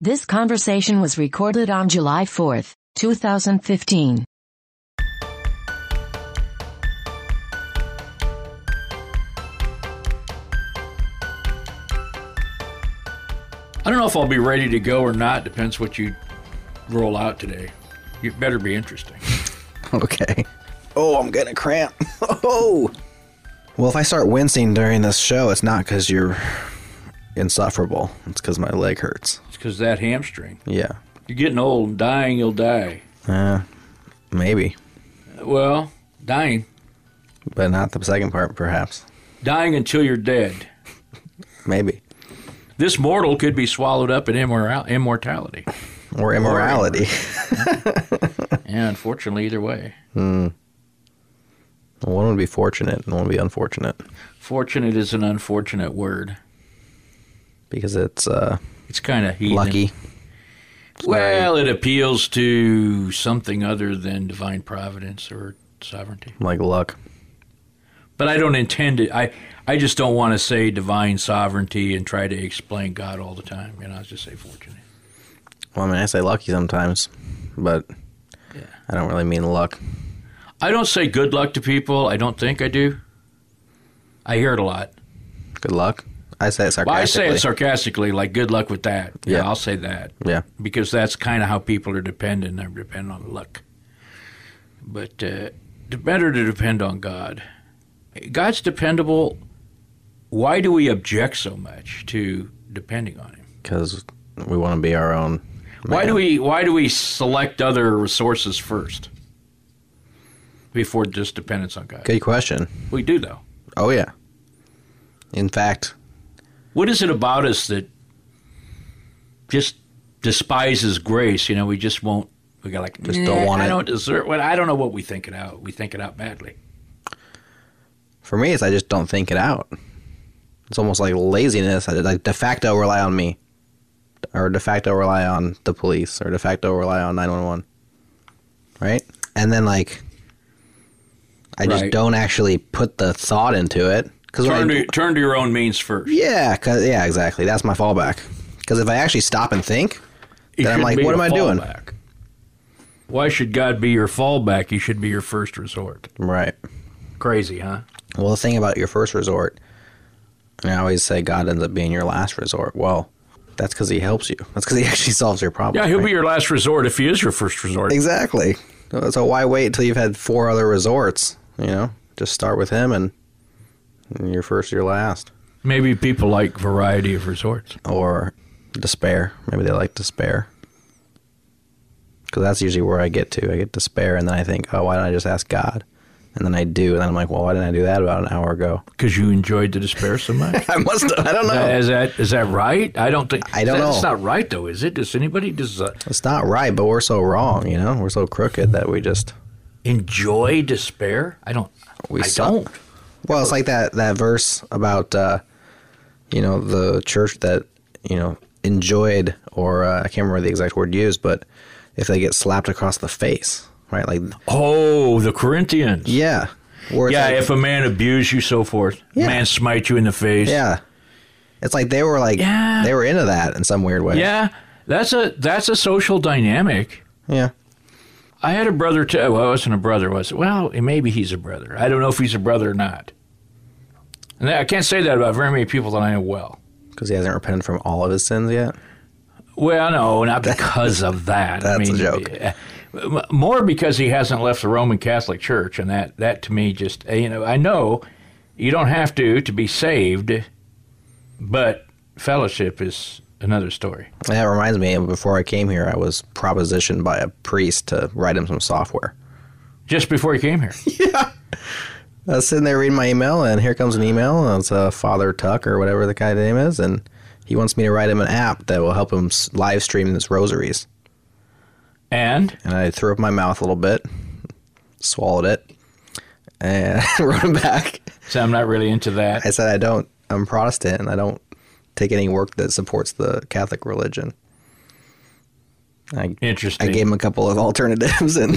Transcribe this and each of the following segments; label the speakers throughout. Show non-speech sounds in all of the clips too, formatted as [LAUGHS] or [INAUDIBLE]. Speaker 1: This conversation was recorded on July 4th, 2015.
Speaker 2: I don't know if I'll be ready to go or not. Depends what you roll out today. It better be interesting.
Speaker 3: [LAUGHS] Okay.
Speaker 4: Oh, I'm getting a cramp. Oh,
Speaker 3: Well, if I start wincing during this show, it's not because you're insufferable. It's because my leg hurts.
Speaker 2: It's because that hamstring.
Speaker 3: Yeah.
Speaker 2: You're getting old. and Dying, you'll die.
Speaker 3: Uh, maybe,
Speaker 2: Well, dying.
Speaker 3: but not the second part, perhaps.
Speaker 2: Dying until you're dead.
Speaker 3: Maybe.
Speaker 2: This mortal could be swallowed up in immora- immortality.
Speaker 3: Or immorality. [LAUGHS]
Speaker 2: Yeah, unfortunately, either way.
Speaker 3: one would be fortunate and one would be unfortunate
Speaker 2: Fortunate is an unfortunate word.
Speaker 3: because it's uh,
Speaker 2: It's kind of
Speaker 3: lucky.
Speaker 2: Well, it appeals to something other than divine providence or sovereignty.
Speaker 3: Like luck.
Speaker 2: But I don't intend it. I I just don't want to say divine sovereignty and try to explain God all the time. You know, I just say fortunate.
Speaker 3: Well, I mean, I say lucky sometimes, but I don't really mean luck.
Speaker 2: I don't say good luck to people. I don't think I do. I hear it a lot.
Speaker 3: Good luck. I say it
Speaker 2: Well, I
Speaker 3: sarcastically.
Speaker 2: say it sarcastically, like good luck with that. Yeah,
Speaker 3: Yeah.
Speaker 2: I'll say that
Speaker 3: yeah.
Speaker 2: because that's kind of how people are dependent. They're dependent on luck. But uh, the better to depend on God. God's dependable. Why do we object so much to depending on Him?
Speaker 3: Because we want to be our own.
Speaker 2: Why do
Speaker 3: man.
Speaker 2: we why do we select other resources first before just dependence on God?
Speaker 3: Good question.
Speaker 2: We do though.
Speaker 3: Oh, yeah. In fact,
Speaker 2: What is it about us that just despises grace? You know, we just won't. We got like
Speaker 3: Just don't
Speaker 2: "Nah,
Speaker 3: want
Speaker 2: I
Speaker 3: it."
Speaker 2: don't deserve. Well, I don't know what we think it out. We think it out badly.
Speaker 3: For me, it's I just don't think it out. It's almost like laziness. I like de facto rely on me, or de facto rely on the police, or de facto rely on nine one one. Right, and then like, I just
Speaker 2: Right.
Speaker 3: don't actually put the thought into it because
Speaker 2: Turn to, turn to your own means first.
Speaker 3: yeah, 'cause- yeah, exactly. That's my fallback. Because if I actually stop and think,
Speaker 2: It
Speaker 3: I'm
Speaker 2: shouldn't
Speaker 3: like,
Speaker 2: be
Speaker 3: what
Speaker 2: your
Speaker 3: am I doing?
Speaker 2: fallback. Why should God be your fallback? He should be your first resort.
Speaker 3: right.
Speaker 2: Crazy, huh?
Speaker 3: Well, the thing about your first resort, and I always say God ends up being your last resort. Well, that's because He helps you. That's because He [LAUGHS] actually solves your problem.
Speaker 2: Yeah, he'll
Speaker 3: right?
Speaker 2: be your last resort if he is your first resort.
Speaker 3: Exactly. So why wait until you've had four other resorts? You know, just start with him and and your first, your last,
Speaker 2: Maybe people like variety of resorts.
Speaker 3: or despair. Maybe they like despair because that's usually where I get to. I get despair, and then I think, oh, why don't I just ask God? And then I do, and then I'm like, well, why didn't I do that about an hour ago? [LAUGHS]
Speaker 2: because you enjoyed the despair so much.
Speaker 3: I must. Have, I don't
Speaker 2: [LAUGHS]
Speaker 3: know.
Speaker 2: Is that is that right? I don't think
Speaker 3: I don't
Speaker 2: that's
Speaker 3: know.
Speaker 2: not right though, is it? Does anybody does uh,
Speaker 3: It's not right, but we're so wrong. You know, we're so crooked that we just.
Speaker 2: enjoy despair? I don't.
Speaker 3: We
Speaker 2: I
Speaker 3: suck.
Speaker 2: don't.
Speaker 3: Well, it's like that that verse about uh, you know the church that you know enjoyed, or uh, I can't remember the exact word used, but if they get slapped across the face, right? Like,
Speaker 2: Oh, the Corinthians. Yeah,
Speaker 3: yeah, where it's like-
Speaker 2: if a man abuse you, so forth,
Speaker 3: Yeah.
Speaker 2: man smite you in the face.
Speaker 3: yeah, it's like they were like
Speaker 2: Yeah.
Speaker 3: they were into that in some weird way.
Speaker 2: yeah. That's a that's a social dynamic.
Speaker 3: yeah.
Speaker 2: I had a brother too. Well, it wasn't a brother, was it? Well, maybe he's a brother. I don't know if he's a brother or not. And I can't say that about very many people that I know well.
Speaker 3: Because he hasn't repented from all of his sins yet.
Speaker 2: Well, no, not because of that.
Speaker 3: That's a joke.
Speaker 2: yeah. M- More because he hasn't left the Roman Catholic Church, and that that to me just eh, you know I know you don't have to to be saved, but fellowship is another story.
Speaker 3: And That reminds me, before I came here, I was propositioned by a priest to write him some software.
Speaker 2: Just before he came
Speaker 3: [LAUGHS]
Speaker 2: here,
Speaker 3: I was sitting there reading my email, and here comes an email, and it's uh, Father Tuck or whatever the guy's name is, and he wants me to write him an app that will help him s- live stream his rosaries.
Speaker 2: and
Speaker 3: And I threw up my mouth a little bit, swallowed it, and [LAUGHS] wrote him back.
Speaker 2: so I'm not really into that.
Speaker 3: I said, I don't, I'm Protestant, and I don't take any work that supports the Catholic religion. I, I
Speaker 2: Interesting.
Speaker 3: gave him a couple of [LAUGHS] alternatives, and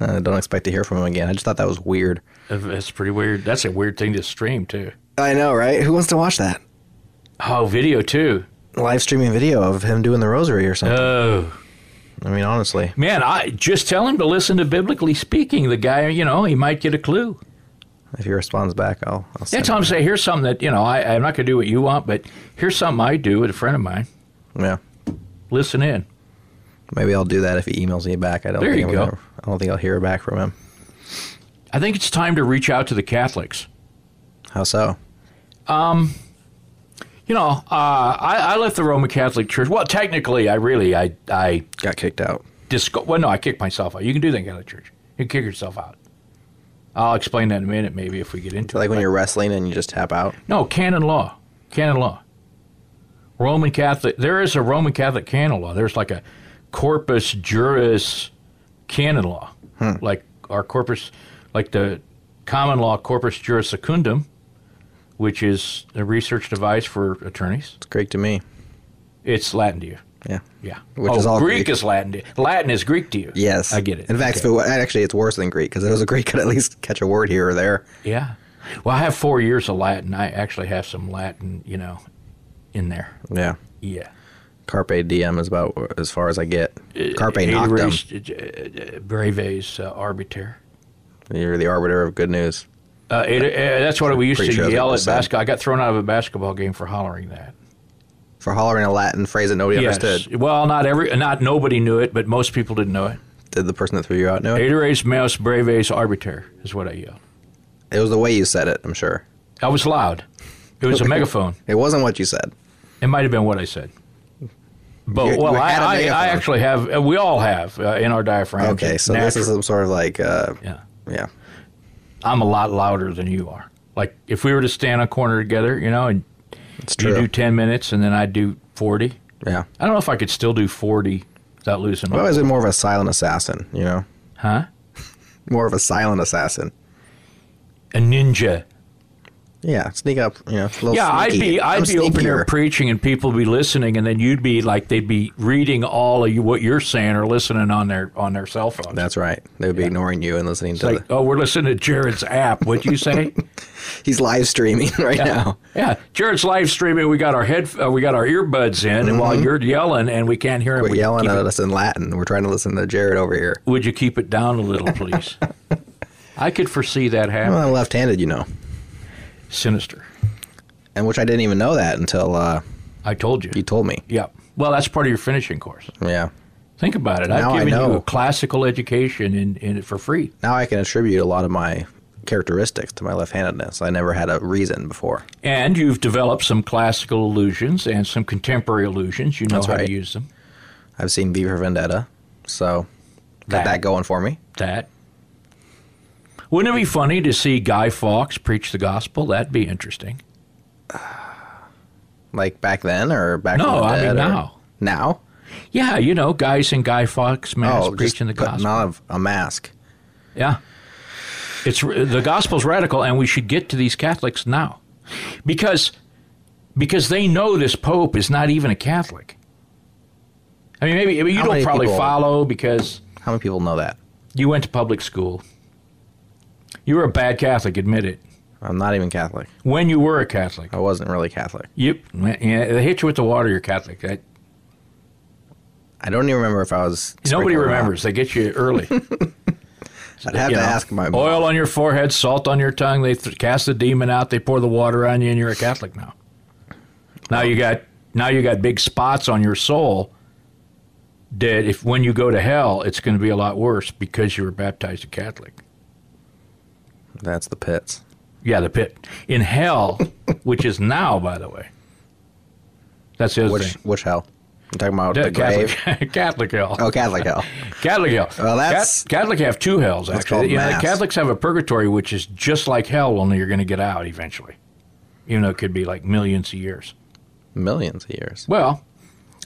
Speaker 3: I don't expect to hear from him again. I just thought that was weird.
Speaker 2: Uh, That's pretty weird. That's a weird thing to stream too.
Speaker 3: I know, right? Who wants to watch that?
Speaker 2: Oh, video too.
Speaker 3: live streaming video of him doing the rosary or something.
Speaker 2: Oh
Speaker 3: I mean, honestly,
Speaker 2: man, I just tell him to listen to biblically speaking. The guy, you know, he might get a clue.
Speaker 3: if he responds back, I'll. I'll
Speaker 2: Yeah,
Speaker 3: send
Speaker 2: tell him say, here's something that you know. I, I'm not gonna do what you want, but here's something I do with a friend of mine.
Speaker 3: it. Yeah,
Speaker 2: Listen in.
Speaker 3: maybe I'll do that if he emails me back. I don't.
Speaker 2: There
Speaker 3: think
Speaker 2: you
Speaker 3: I'm
Speaker 2: go.
Speaker 3: Gonna, I don't think I'll hear back from him.
Speaker 2: I think it's time to reach out to the Catholics.
Speaker 3: How so?
Speaker 2: You know, uh, I, I left the Roman Catholic Church. Well, technically, I really, I, I
Speaker 3: Got kicked out.
Speaker 2: disco- Well, no, I kicked myself out. You can do that in Catholic Church. You can kick yourself out. I'll explain that in a minute, maybe if we get into
Speaker 3: Like
Speaker 2: it.
Speaker 3: when you're wrestling and you just tap out.
Speaker 2: No, canon law. Canon law. Roman Catholic. There is a Roman Catholic canon law. There's like a corpus juris canon law.
Speaker 3: Hmm.
Speaker 2: Like our corpus, like the common law corpus juris secundum, which is a research device for attorneys.
Speaker 3: It's Greek to me.
Speaker 2: It's Latin to you.
Speaker 3: Yeah.
Speaker 2: Yeah.
Speaker 3: Which
Speaker 2: oh,
Speaker 3: is all
Speaker 2: Greek,
Speaker 3: Greek.
Speaker 2: is Latin to you. Latin is Greek to you.
Speaker 3: Yes,
Speaker 2: I get it.
Speaker 3: In fact, if
Speaker 2: Okay.
Speaker 3: it, wa- actually, it's worse than Greek because if it was a Greek, could at least catch a word here or there.
Speaker 2: yeah. Well, I have four years of Latin. I actually have some Latin, you know, in there.
Speaker 3: Yeah.
Speaker 2: Yeah.
Speaker 3: Carpe diem is about as far as I get.
Speaker 2: Uh,
Speaker 3: Carpe noctem.
Speaker 2: Aderis, uh, uh, Breves uh, Arbiter.
Speaker 3: You're the arbiter of good news.
Speaker 2: Uh, it, uh, that's what we used
Speaker 3: Pretty
Speaker 2: to
Speaker 3: sure that's
Speaker 2: yell
Speaker 3: what
Speaker 2: at
Speaker 3: they said.
Speaker 2: basketball. I got thrown out of a basketball game for hollering that.
Speaker 3: For hollering a Latin phrase that nobody
Speaker 2: Yes.
Speaker 3: understood,
Speaker 2: Well, not every, not nobody knew it, but most people didn't know it.
Speaker 3: did the person that threw you out know it?
Speaker 2: Aderes meus breves arbiter is what I yelled.
Speaker 3: It was the way you said it, I'm sure.
Speaker 2: I was loud. It was a megaphone.
Speaker 3: It wasn't what you said.
Speaker 2: It might have been what I said. But
Speaker 3: You-
Speaker 2: well,
Speaker 3: you
Speaker 2: I,
Speaker 3: had a
Speaker 2: I, I
Speaker 3: megaphone.
Speaker 2: actually have. uh, We all have uh, in our diaphragm.
Speaker 3: Okay, so this is some sort of like, uh,
Speaker 2: yeah.
Speaker 3: yeah.
Speaker 2: I'm a lot louder than you are. Like if we were to stand on a corner together, you know, and
Speaker 3: It's
Speaker 2: you
Speaker 3: true.
Speaker 2: do 10 minutes and then I do 40.
Speaker 3: yeah.
Speaker 2: I don't know if I could still do 40 without losing
Speaker 3: I've
Speaker 2: my,
Speaker 3: always been more of a silent assassin, you know?
Speaker 2: huh?
Speaker 3: More of a silent assassin.
Speaker 2: A ninja.
Speaker 3: Yeah, sneak up, you know, a little
Speaker 2: Yeah, I'd
Speaker 3: sneaky.
Speaker 2: be I'd
Speaker 3: I'm
Speaker 2: be open there
Speaker 3: sneakier.
Speaker 2: preaching and people would be listening and then you'd be like they'd be reading all of you, what you're saying or listening on their on their cell phone.
Speaker 3: That's right. They would be ignoring you and listening to
Speaker 2: like,
Speaker 3: the,
Speaker 2: oh, we're listening to Jared's app. What'd you
Speaker 3: [LAUGHS]
Speaker 2: say?
Speaker 3: He's live streaming [LAUGHS] right now.
Speaker 2: yeah, Jared's live streaming. We got our head, uh, we got our earbuds in, and while you're yelling, and we can't hear him.
Speaker 3: Mm-hmm. Quit
Speaker 2: would you
Speaker 3: yelling
Speaker 2: keep
Speaker 3: at
Speaker 2: it-
Speaker 3: us in Latin. We're trying to listen to Jared over here.
Speaker 2: Would you keep it down a little,
Speaker 3: [LAUGHS]
Speaker 2: please? I could foresee that happening.
Speaker 3: Well, I'm left handed, you know.
Speaker 2: Sinister.
Speaker 3: And which I didn't even know that until uh,
Speaker 2: I told you.
Speaker 3: you told me.
Speaker 2: Yeah. Well, that's part of your finishing course.
Speaker 3: Yeah.
Speaker 2: Think about it.
Speaker 3: Now I
Speaker 2: I've given you
Speaker 3: know.
Speaker 2: a classical education in, in it for free.
Speaker 3: Now I can attribute a lot of my characteristics to my left handedness. I never had a reason before.
Speaker 2: And you've developed some classical illusions and some contemporary illusions. You know
Speaker 3: That's
Speaker 2: how
Speaker 3: right.
Speaker 2: to use them.
Speaker 3: I've seen V for Vendetta, so
Speaker 2: That.
Speaker 3: got that going for me.
Speaker 2: That. Wouldn't it be funny to see Guy Fawkes preach the gospel? That'd be interesting.
Speaker 3: Like back then or back
Speaker 2: No,
Speaker 3: from the
Speaker 2: I mean
Speaker 3: dead or-
Speaker 2: now.
Speaker 3: Now?
Speaker 2: Yeah, you know, guys in Guy Fawkes mass preaching the
Speaker 3: Oh, putting
Speaker 2: gospel.
Speaker 3: on a, a mask.
Speaker 2: Yeah. It's the gospel's radical and we should get to these Catholics now. Because because they know this pope is not even a Catholic. I mean maybe, maybe you
Speaker 3: How
Speaker 2: don't
Speaker 3: many
Speaker 2: probably
Speaker 3: people-
Speaker 2: follow because
Speaker 3: How many people know that?
Speaker 2: you went to public school. You were a bad Catholic, admit it.
Speaker 3: I'm not even Catholic.
Speaker 2: When you were a Catholic.
Speaker 3: I wasn't really Catholic.
Speaker 2: Yep. Yeah, they hit you with the water, you're Catholic. That,
Speaker 3: I don't even remember if I was.
Speaker 2: nobody
Speaker 3: sprinkled or not.
Speaker 2: remembers. They get you early.
Speaker 3: I'd have
Speaker 2: You
Speaker 3: to
Speaker 2: know,
Speaker 3: ask my mom.
Speaker 2: oil on your forehead, salt on your tongue. They th- cast the demon out. They pour the water on you, and you're a Catholic now. Now you got now you got big spots on your soul. That if when you go to hell, it's going to be a lot worse because you were baptized a Catholic.
Speaker 3: That's the pits.
Speaker 2: Yeah, the pit in
Speaker 3: [LAUGHS]
Speaker 2: hell, which is now, by the way. That's the other
Speaker 3: Which
Speaker 2: thing.
Speaker 3: which hell? You talking about
Speaker 2: Yeah,
Speaker 3: the grave?
Speaker 2: Catholic, [LAUGHS] Catholic hell.
Speaker 3: Oh, Catholic hell. [LAUGHS]
Speaker 2: Catholic hell.
Speaker 3: Well, that's-
Speaker 2: Cat- Catholic have two hells
Speaker 3: called
Speaker 2: actually. You know, the
Speaker 3: mass.
Speaker 2: Catholics have a purgatory which is just like hell, only you're going to get out eventually. Even though it could be like millions of years.
Speaker 3: Millions of years.
Speaker 2: Well,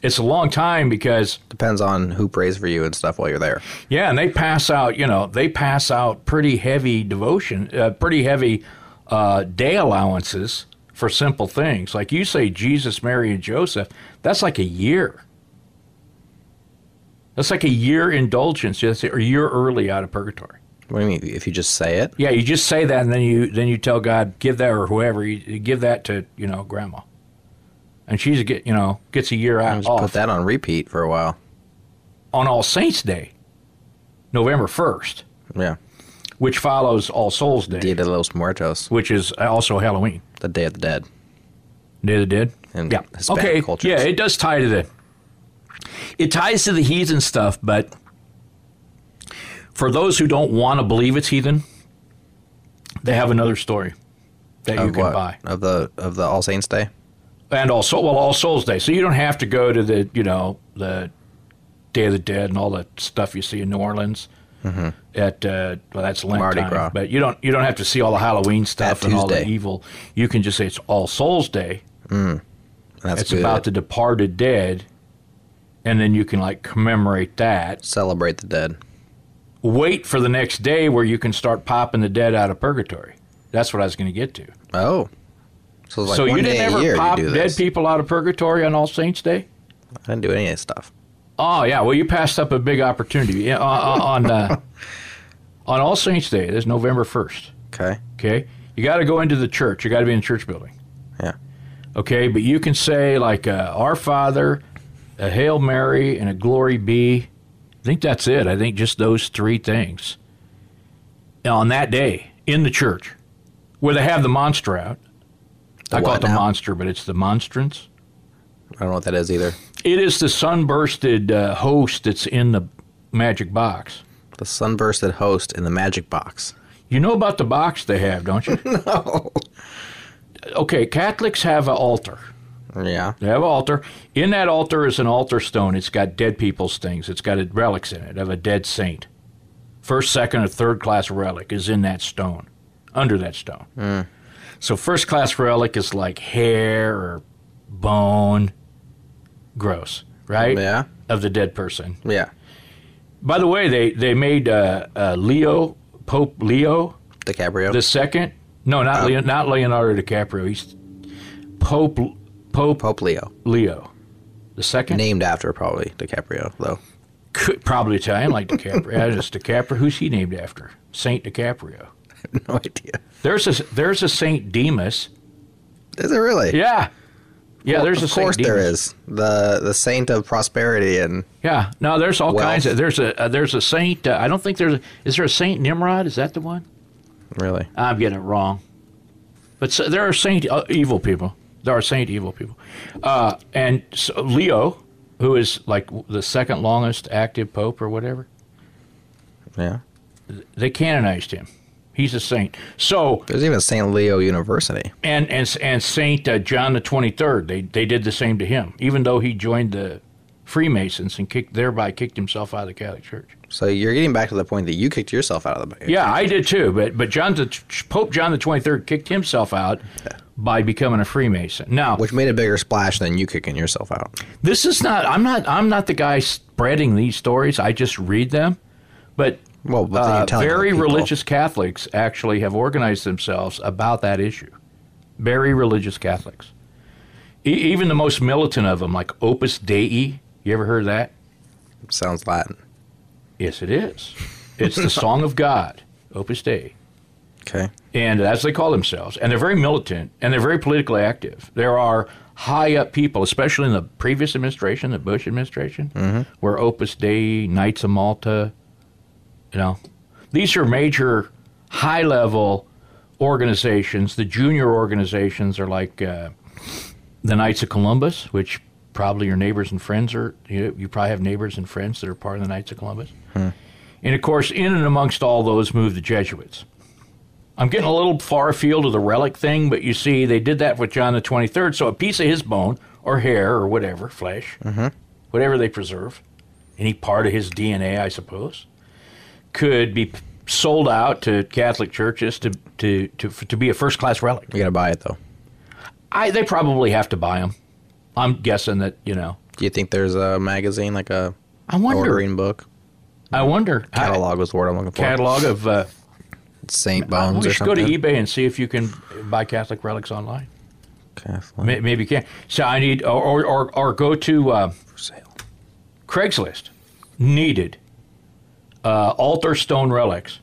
Speaker 2: it's a long time because
Speaker 3: Depends on who prays for you and stuff while you're there.
Speaker 2: yeah, and they pass out. You know, they pass out pretty heavy devotion, uh, pretty heavy uh, day allowances for simple things like you say Jesus, Mary, and Joseph. That's like a year. That's like a year indulgence. That's a year early out of purgatory.
Speaker 3: What do you mean? If you just say it,
Speaker 2: Yeah, you just say that, and then you then you tell God, give that or whoever, you, you give that to you know grandma. and she's get you know gets a year
Speaker 3: I
Speaker 2: out
Speaker 3: just
Speaker 2: off
Speaker 3: put that on repeat for a while.
Speaker 2: on All Saints Day, November first,
Speaker 3: Yeah.
Speaker 2: which follows All Souls Day,
Speaker 3: Dia de los Muertos,
Speaker 2: which is also Halloween.
Speaker 3: the Day of the Dead.
Speaker 2: Day of the Dead.
Speaker 3: And
Speaker 2: yeah.
Speaker 3: Hispanic
Speaker 2: okay.
Speaker 3: cultures.
Speaker 2: Yeah, it does tie to the. It ties to the heathen stuff, but for those who don't want to believe it's heathen, they have another story that you
Speaker 3: Of
Speaker 2: can
Speaker 3: what?
Speaker 2: buy,
Speaker 3: Of the of the All Saints Day.
Speaker 2: and also well, All Souls Day. So you don't have to go to the you know the Day of the Dead and all that stuff you see in New Orleans. At uh, well, that's Lent
Speaker 3: Mm-hmm. Mardi
Speaker 2: time,
Speaker 3: Gras.
Speaker 2: but you don't you don't have to see all the Halloween stuff and all the
Speaker 3: Tuesday.
Speaker 2: evil. You can just say it's All Souls Day,
Speaker 3: That's
Speaker 2: it's
Speaker 3: good.
Speaker 2: about the departed dead and then you can like commemorate that
Speaker 3: celebrate the dead.
Speaker 2: wait for the next day where you can start popping the dead out of purgatory that's what i was going to get to
Speaker 3: Oh. So, it's like
Speaker 2: so
Speaker 3: one
Speaker 2: you didn't
Speaker 3: day a
Speaker 2: ever
Speaker 3: year
Speaker 2: pop
Speaker 3: you do
Speaker 2: dead
Speaker 3: this.
Speaker 2: people out of purgatory on all saints day
Speaker 3: I didn't do any of this stuff.
Speaker 2: oh yeah well you passed up a big opportunity Yeah,
Speaker 3: [LAUGHS]
Speaker 2: on on, uh, on all saints day that's november 1st
Speaker 3: Okay.
Speaker 2: okay you got to go into the church you got to be in the church building
Speaker 3: Yeah.
Speaker 2: Okay, but you can say like uh, Our Father, a Hail Mary, and a Glory Be. I think that's it. I think just those three things. And on that day in the church, where they have the monster out. I call
Speaker 3: what
Speaker 2: it the
Speaker 3: now?
Speaker 2: monster, but it's the monstrance.
Speaker 3: I don't know what that is either.
Speaker 2: It is the sunbursted uh, host that's in the magic box.
Speaker 3: The sunbursted host in the magic box.
Speaker 2: You know about the box they have, don't you? no. Okay, Catholics have an altar.
Speaker 3: Yeah.
Speaker 2: They have an altar. In that altar is an altar stone. It's got dead people's things. It's got relics in it of a dead saint. First, second, or third class relic is in that stone, under that stone. So, first class relic is like hair or bone. Gross, right?
Speaker 3: Yeah.
Speaker 2: Of the dead person.
Speaker 3: Yeah.
Speaker 2: By the way, they, they made uh, uh, Leo, Pope Leo
Speaker 3: DiCaprio.
Speaker 2: the second. No, not,
Speaker 3: Oh.
Speaker 2: Leo, not Leonardo DiCaprio. He's Pope, Pope
Speaker 3: Pope Leo.
Speaker 2: Leo the second.
Speaker 3: Named after probably DiCaprio, though. [LAUGHS]
Speaker 2: Could, probably Italian, like DiCaprio. It's DiCaprio. Who's he named after? Saint DiCaprio.
Speaker 3: No idea.
Speaker 2: There's a there's a Saint Demas.
Speaker 3: Is it really?
Speaker 2: Yeah, yeah. there's a
Speaker 3: Of course
Speaker 2: Saint Demas.
Speaker 3: there is. The the saint of prosperity and
Speaker 2: Yeah. No, there's all
Speaker 3: Wealth.
Speaker 2: kinds of there's a uh, there's a Saint. Uh, I don't think there's a, is there a Saint Nimrod? Is that the one?
Speaker 3: really.
Speaker 2: I'm getting it wrong. But so, there are Saint uh, evil people. There are Saint evil people, uh, and so Leo, who is like the second longest active pope or whatever,
Speaker 3: Yeah.
Speaker 2: they canonized him. He's a saint. So
Speaker 3: There's even a Saint Leo University.
Speaker 2: and and and Saint uh, John the Twenty Third. They they did the same to him, even though he joined the Freemasons and kicked thereby kicked himself out of the Catholic Church.
Speaker 3: So you're getting back to the point that you kicked yourself out of the
Speaker 2: Yeah, I did too. But but John the Pope John the Twenty Third kicked himself out by becoming a Freemason. Now
Speaker 3: which made a bigger splash than you kicking yourself out.
Speaker 2: this is not. I'm not. I'm not the guy spreading these stories. I just read them. But
Speaker 3: Well, but then
Speaker 2: uh,
Speaker 3: you're telling
Speaker 2: very
Speaker 3: other people.
Speaker 2: religious Catholics actually have organized themselves about that issue. Very religious Catholics. E- even the most militant of them, like Opus Dei. You ever heard of that?
Speaker 3: Sounds Latin.
Speaker 2: Yes, it is. It's
Speaker 3: [LAUGHS]
Speaker 2: the song of God, Opus Dei.
Speaker 3: Okay.
Speaker 2: and as they call themselves, and they're very militant and they're very politically active. There are high up people, especially in the previous administration, the Bush administration, where Opus Dei, Knights of Malta, you know, these are major high level organizations. The junior organizations are like uh, the Knights of Columbus, which probably your neighbors and friends are, you, you probably have neighbors and friends that are part of the Knights of Columbus. And of course, in and amongst all those move the Jesuits. I'm getting a little far afield of the relic thing, but you see, they did that with John the 23rd. So a piece of his bone or hair or whatever, flesh, whatever they preserve, any part of his DNA, I suppose, could be p- sold out to Catholic churches to to to, f- to be a first class relic.
Speaker 3: You gotta buy it though.
Speaker 2: I they probably have to buy them. I'm guessing that you know.
Speaker 3: Do you think there's a magazine like a
Speaker 2: I wonder.
Speaker 3: ordering book?
Speaker 2: I wonder how-
Speaker 3: Catalog was the word I'm looking for.
Speaker 2: catalog of. Uh,
Speaker 3: Saint
Speaker 2: we
Speaker 3: Bones or
Speaker 2: should go
Speaker 3: something.
Speaker 2: to eBay and see if you can buy Catholic relics online.
Speaker 3: Catholic
Speaker 2: May- Maybe you can. So I need, or or, or, or go to uh,
Speaker 3: for sale.
Speaker 2: Craigslist. Needed. Uh, altar stone relics.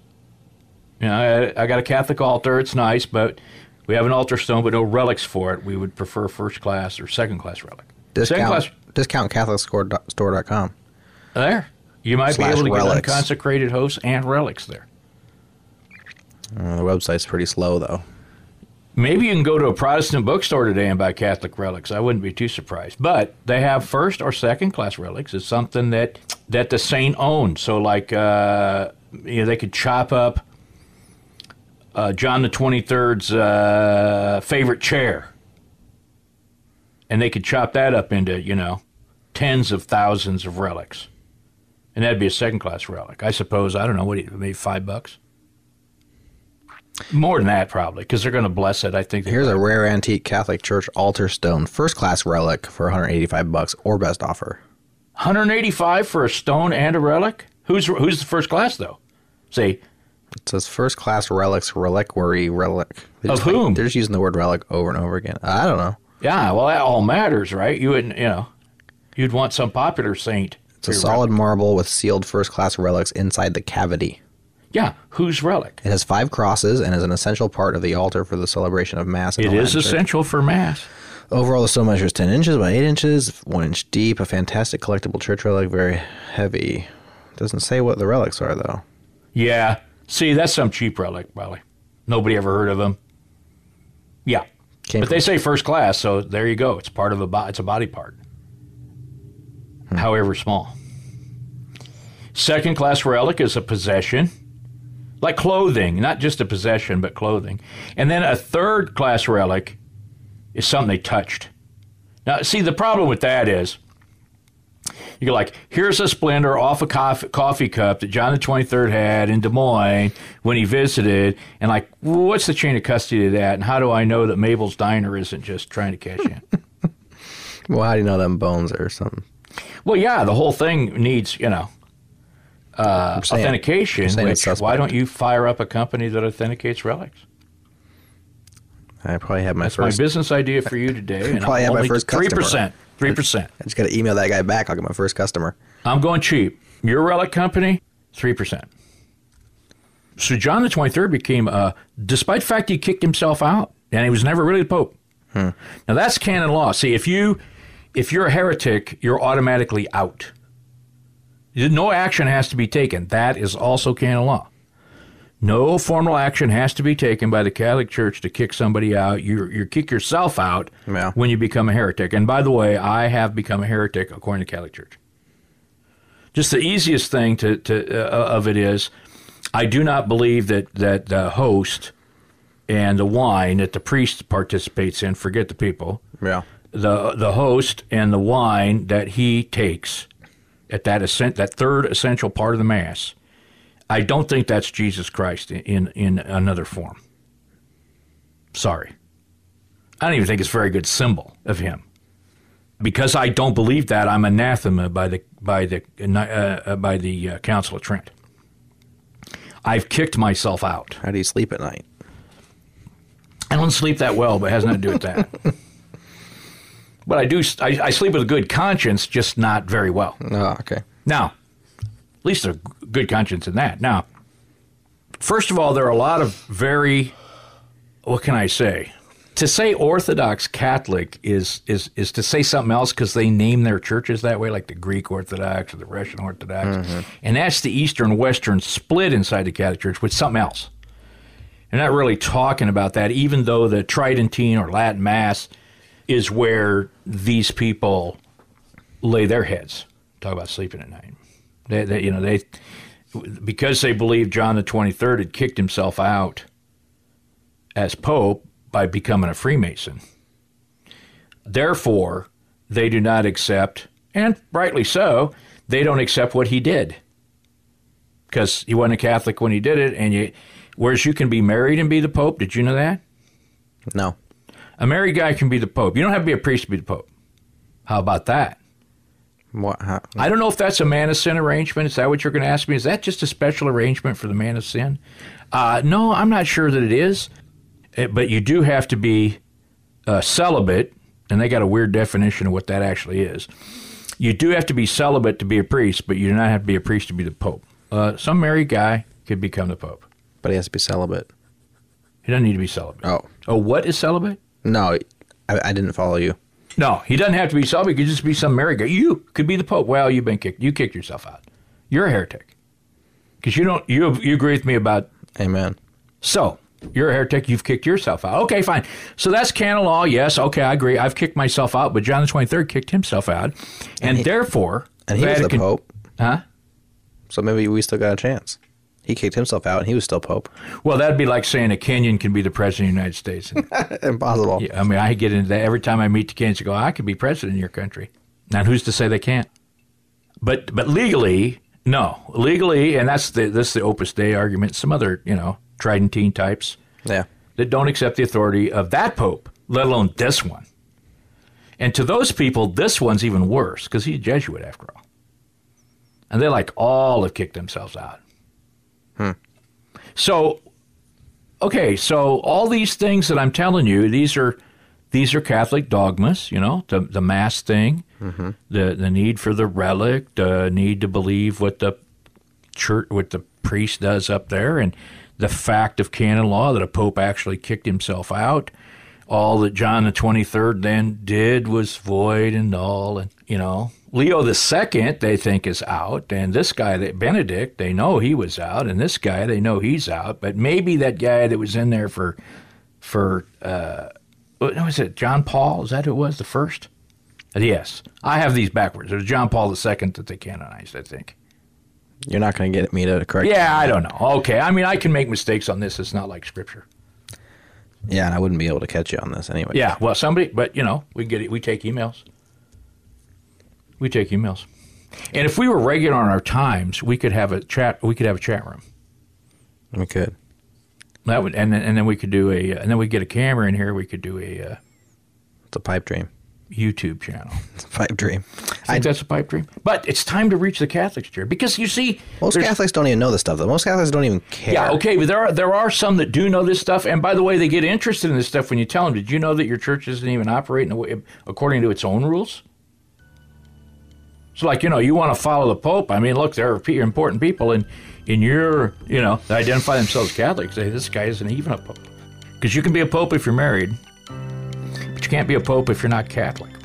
Speaker 2: You know, I, I got a Catholic altar. It's nice, but We have an altar stone, but no relics for it. We would prefer first class or second class relic. Second
Speaker 3: Discount,
Speaker 2: class
Speaker 3: discount Catholic store dot- store dot com.
Speaker 2: there. You might be
Speaker 3: Slash
Speaker 2: able to
Speaker 3: relics.
Speaker 2: get unconsecrated hosts and relics there.
Speaker 3: Uh, the website's pretty slow though.
Speaker 2: Maybe you can go to a Protestant bookstore today and buy Catholic relics. I wouldn't be too surprised. But they have first or second class relics. It's something that that the saint owned. So like uh, you know, they could chop up uh, John the Twenty Third's uh, favorite chair, and they could chop that up into you know tens of thousands of relics, and that'd be a second class relic, I suppose. I don't know what do you- maybe five bucks. More than that, probably, because they're going to bless it. I think.
Speaker 3: Here's a rare antique Catholic Church altar stone, first class relic for 185 bucks or best offer.
Speaker 2: 185 for a stone and a relic? Who's who's the first class though? Say
Speaker 3: It says first class relics, reliquary, relic. They
Speaker 2: Of
Speaker 3: just like-
Speaker 2: whom?
Speaker 3: they're just using the word relic over and over again. I don't know.
Speaker 2: yeah, well that all matters, right? You wouldn't, you know, you'd want some popular saint.
Speaker 3: It's a solid marble with sealed first class relics inside the cavity.
Speaker 2: Yeah, whose relic?
Speaker 3: It has five crosses and is an essential part of the altar for the celebration of Mass. in
Speaker 2: It
Speaker 3: the
Speaker 2: is
Speaker 3: Latin Church.
Speaker 2: essential for mass.
Speaker 3: Overall, the stone measures 10 inches by 8 inches, 1 inch deep, a fantastic collectible church relic, very heavy. Doesn't say what the relics are, though.
Speaker 2: Yeah. See, that's some cheap relic probably. Nobody ever heard of them. Yeah.
Speaker 3: Came
Speaker 2: but they say first class, so there you go. It's part of a bo- it's a body part. However small. Second class relic is a possession. Like clothing, not just a possession, but clothing. And then a third class relic is something they touched. Now, see, the problem with that is you're like, here's a splendor off a coffee, coffee cup that John the 23rd had in Des Moines when he visited. And like, what's the chain of custody of that? And how do I know that Mabel's Diner isn't just trying to cash
Speaker 3: [LAUGHS]
Speaker 2: in?
Speaker 3: [LAUGHS] Well, how do you know them bones or something?
Speaker 2: well, yeah, the whole thing needs, you know, uh,
Speaker 3: I'm saying-
Speaker 2: authentication.
Speaker 3: I'm saying
Speaker 2: Which,
Speaker 3: it's
Speaker 2: why
Speaker 3: suspect.
Speaker 2: don't you fire up a company that authenticates relics?
Speaker 3: I probably have my
Speaker 2: My
Speaker 3: first.
Speaker 2: business idea for you today. And
Speaker 3: Probably
Speaker 2: I'm
Speaker 3: have my
Speaker 2: only
Speaker 3: first customer.
Speaker 2: 3%. 3%.
Speaker 3: I just got to email that guy back. I'll get my first customer.
Speaker 2: I'm going cheap. Your relic company, 3%. So John the 23rd became, uh, despite the fact he kicked himself out, and he was never really the Pope. Now that's canon law. See, if you if you're a heretic, you're automatically out. You- No action has to be taken. That is also canon law. No formal action has to be taken by the Catholic Church to kick somebody out. You you kick yourself out
Speaker 3: Yeah.
Speaker 2: when you become a heretic. And by the way, I have become a heretic according to Catholic Church. Just the easiest thing to, to uh, of it is, I do not believe that that the host and the wine that the priest participates in. Forget the people
Speaker 3: Yeah.
Speaker 2: the the host and the wine that he takes at that ascent, that third essential part of the mass. I don't think that's Jesus Christ in in, in another form. Sorry. I don't even think it's a very good symbol of him. Because I don't believe that, I'm anathema by the by the uh, uh, by the uh, Council of Trent. I've kicked myself out.
Speaker 3: How do you sleep at night?
Speaker 2: I don't sleep that well, but it has nothing to do with that. but I do. I, I sleep with a good conscience, just not very well.
Speaker 3: Oh, okay.
Speaker 2: Now, at least a good conscience in that. Now, first of all, there are a lot of very, what can I say? To say Orthodox Catholic is is is to say something else because they name their churches that way, like the Greek Orthodox or the Russian Orthodox, and that's the Eastern Western split inside the Catholic Church with something else. They're not really talking about that, even though the Tridentine or Latin Mass is where these people lay their heads. Talk about sleeping at night. They, they, you know, they because they believe John the Twenty Third had kicked himself out as Pope by becoming a Freemason. Therefore, they do not accept, and rightly so, they don't accept what he did because he wasn't a Catholic when he did it. And you, whereas you can be married and be the Pope, did you know that?
Speaker 3: No.
Speaker 2: A married guy can be the Pope. You don't have to be a priest to be the Pope. How about that?
Speaker 3: What? How?
Speaker 2: I don't know if that's a man of sin arrangement. Is that what you're going to ask me? Is that just a special arrangement for the man of sin? Uh, no, I'm not sure that it is. Eh, but you do have to be uh, celibate, and they got a weird definition of what that actually is. You do have to be celibate to be a priest, but you do not have to be a priest to be the pope. Uh, some married guy could become the pope.
Speaker 3: But he has to be celibate.
Speaker 2: He doesn't need to be celibate.
Speaker 3: Oh.
Speaker 2: Oh, what is celibate?
Speaker 3: No, I, I didn't follow you.
Speaker 2: No, he doesn't have to be celibate. He could just be some married guy. You could be the pope. Well, you've been kicked. You kicked yourself out. You're a heretic because you don't. You you agree with me about
Speaker 3: Amen.
Speaker 2: so. You're a heretic. You've kicked yourself out. Okay, fine. So that's canon law. Yes. Okay, I agree. I've kicked myself out, but John the Twenty Third kicked himself out, and, therefore,
Speaker 3: And he was the
Speaker 2: Vatican-
Speaker 3: Pope,
Speaker 2: Huh?
Speaker 3: so maybe we still got a chance. He kicked himself out, and he was still Pope.
Speaker 2: Well, that'd be like saying a Kenyan can be the president of the United States.
Speaker 3: Impossible.
Speaker 2: Yeah, I mean, I get into that every time I meet the Kenyans. I go, I could be president of your country. Now, who's to say they can't? But but legally, no, legally, and that's the this is the Opus Dei argument. Some other you know Tridentine types
Speaker 3: Yeah.
Speaker 2: that don't accept the authority of that pope, let alone this one. And to those people, this one's even worse because he's a Jesuit after all. And they like all have kicked themselves out. So, okay, so all these things that I'm telling you, these are these are Catholic dogmas. You know, the the mass thing, the the need for the relic, the need to believe what the church what the priest does up there and the fact of canon law that a pope actually kicked himself out all that john the 23rd then did was void and all and you know leo the second they think is out and this guy that benedict they know he was out and this guy they know he's out but maybe that guy that was in there for for uh what was it john paul is that who it was the first yes i have these backwards it was john paul the second that they canonized i think
Speaker 3: You're not going to get me to correct.
Speaker 2: yeah, I don't know. Okay, I mean, I can make mistakes on this. It's not like scripture.
Speaker 3: Yeah, and I wouldn't be able to catch you on this anyway.
Speaker 2: Yeah, well, somebody, but you know, we get it. We take emails. We take emails, and if we were regular on our times, we could have a chat. We could have a chat room.
Speaker 3: We could.
Speaker 2: That would, and then, and then we could do a, uh, and then we get a camera in here. We could do a uh,
Speaker 3: It's a pipe dream.
Speaker 2: YouTube channel. Think
Speaker 3: It's a pipe dream.
Speaker 2: that's a pipe dream. But it's time to reach the Catholics, Jared, because you see,
Speaker 3: Most
Speaker 2: there's-
Speaker 3: Catholics don't even know this stuff, though. Most Catholics don't even care.
Speaker 2: Yeah, okay, but there are there are some that do know this stuff, and by the way, they get interested in this stuff when you tell them. Did you know that your church doesn't even operate in a way, according to its own rules? So, like you know, you want to follow the Pope. I mean, look, there are pe- important people, and in your you know, that identify themselves as Catholics. Say this guy isn't even a Pope, because you can be a Pope if you're married, but you can't be a Pope if you're not Catholic.